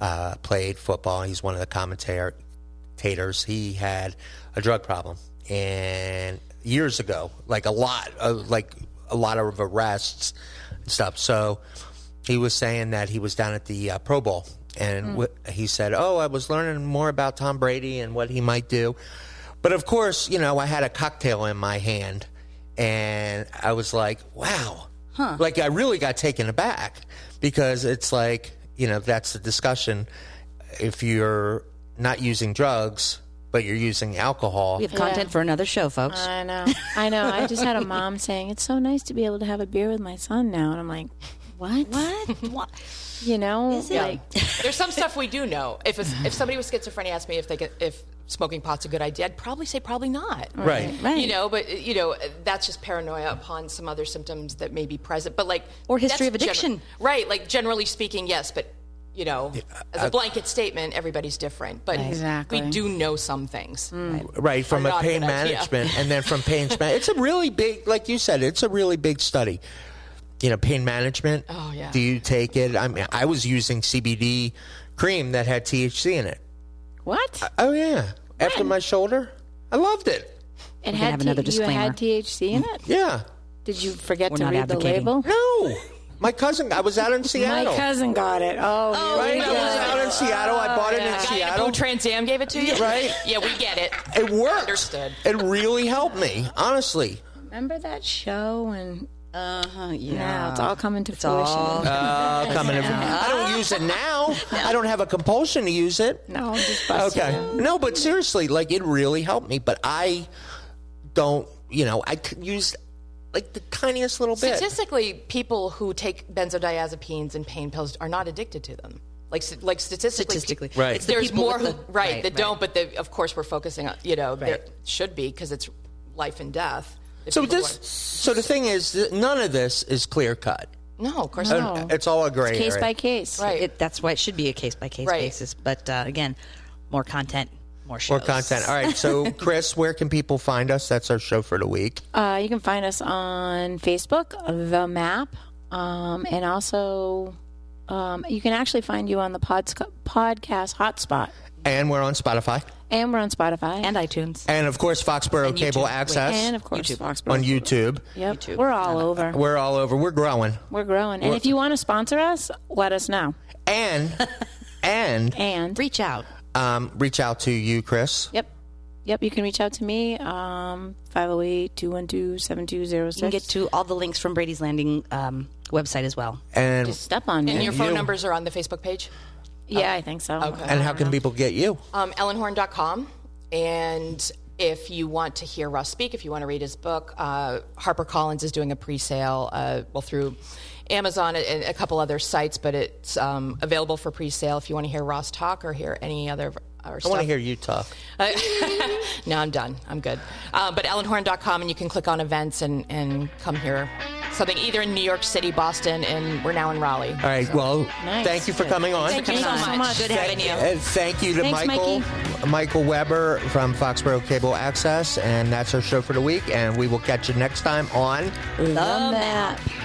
uh, played football, he's one of the commentators. He had a drug problem, and years ago, like a lot, of, like a lot of arrests and stuff. So he was saying that he was down at the uh, Pro Bowl, and wh- he said, "Oh, I was learning more about Tom Brady and what he might do." But of course, you know, I had a cocktail in my hand and I was like, wow. Like, I really got taken aback because it's like, you know, that's the discussion. If you're not using drugs, but you're using alcohol,
We have content for another show, folks.
Uh,
I know, I know. I just had a mom saying it's so nice to be able to have a beer with my son now, and I'm like, What?
What? [LAUGHS] what?
You know, like
There's some stuff we do know. If a, if somebody with schizophrenia asked me if they could, if smoking pot's a good idea, I'd probably say probably not.
Right.
Right.
You know, but you know that's just paranoia upon some other symptoms that may be present. But like
Or history
that's
of addiction.
gener- right. Like generally speaking, yes, but. You know, as a blanket statement, everybody's different, but
Exactly.
we do know some things.
Hmm.
right from a
not a
pain
good idea.
management and then from pain span it's a really big like you said it's a really big study you know pain management
Oh, yeah.
do you take it i mean i was using cbd cream that had thc in it
what?
oh yeah after my shoulder i loved it
It
have another
You
disclaimer.
had THC in it?
yeah
Did you forget
We're
to
not
read
advocating.
the label?
no my cousin i was out in
My
seattle
cousin got it. Oh,
right i was out in seattle i bought it in
Guy in a
seattle
blue Trans Am gave it to you,
[LAUGHS] Right.
[LAUGHS] Yeah, we get it.
it worked
Understood.
it really helped me honestly
remember that show? And
Uh huh. Yeah.
now it's all coming to fruition.
all-
uh, coming in- i don't use it now i don't have a compulsion to use it
no, I'm just busting.
Okay. No, but seriously, like it really helped me. But I don't, you know, I could use like the tiniest little bit.
Statistically, people who take benzodiazepines and pain pills are not addicted to them. Like, st- like statistically,
Statistically.
Right.
It's the
There's
people
more
with
who
the-
right
right,
that
right.
don't, but the, of course we're focusing on you know there
Right.
should be because it's life and death. If
So
people
this, so the thing is, that none of this is clear cut.
want- no, of course not.
No.
It's all a gray
Case
area.
by case.
Right.
It, that's why it should be a case by case
Right.
basis. But uh, again, more content, more shows.
More content. All right. So, Chris, where can people find us? That's our show for the week.
Uh, you can find us on Facebook, The Map, um, and also um, you can actually find you on the pods- podcast hotspot.
And we're on Spotify.
And we're on Spotify.
And iTunes.
And, of course, Foxborough Cable Access
And, of course, Foxborough.
on YouTube.
Yep. We're all over.
We're all over. We're growing.
We're growing. And if you want to sponsor us, let us know.
And, and
And
Reach out.
um, reach out to you, Chris.
Yep. Yep, you can reach out to me, um, 508-212-7206.
You can get to all the links from Brady's Landing um, website as well.
And,
step on
And
me.
your phone
you-
numbers are on the Facebook page,
Yeah, I think so. Okay.
and how can people get you?
um, ellenhorn.com, and if you want to hear Russ speak, if you want to read his book, uh, HarperCollins is doing a pre-sale, uh, well through Amazon and a couple other sites, but it's um, available for pre-sale if you want to hear Ross talk or hear any other of our
I
stuff.
want to hear you talk.
[LAUGHS] No, I'm done. I'm good. Uh, but ellenhorn.com, and you can click on events and, and come hear something either in New York City, Boston, and we're now in Raleigh.
All right. Well,
Nice.
thank you for coming on.
Thank you so
so
much.
much.
Good having you.
And thank you to
Thanks,
Michael Michael Weber from Foxborough Cable
Um,
Access, and that's our show for the week. And we will catch you next time on
The map.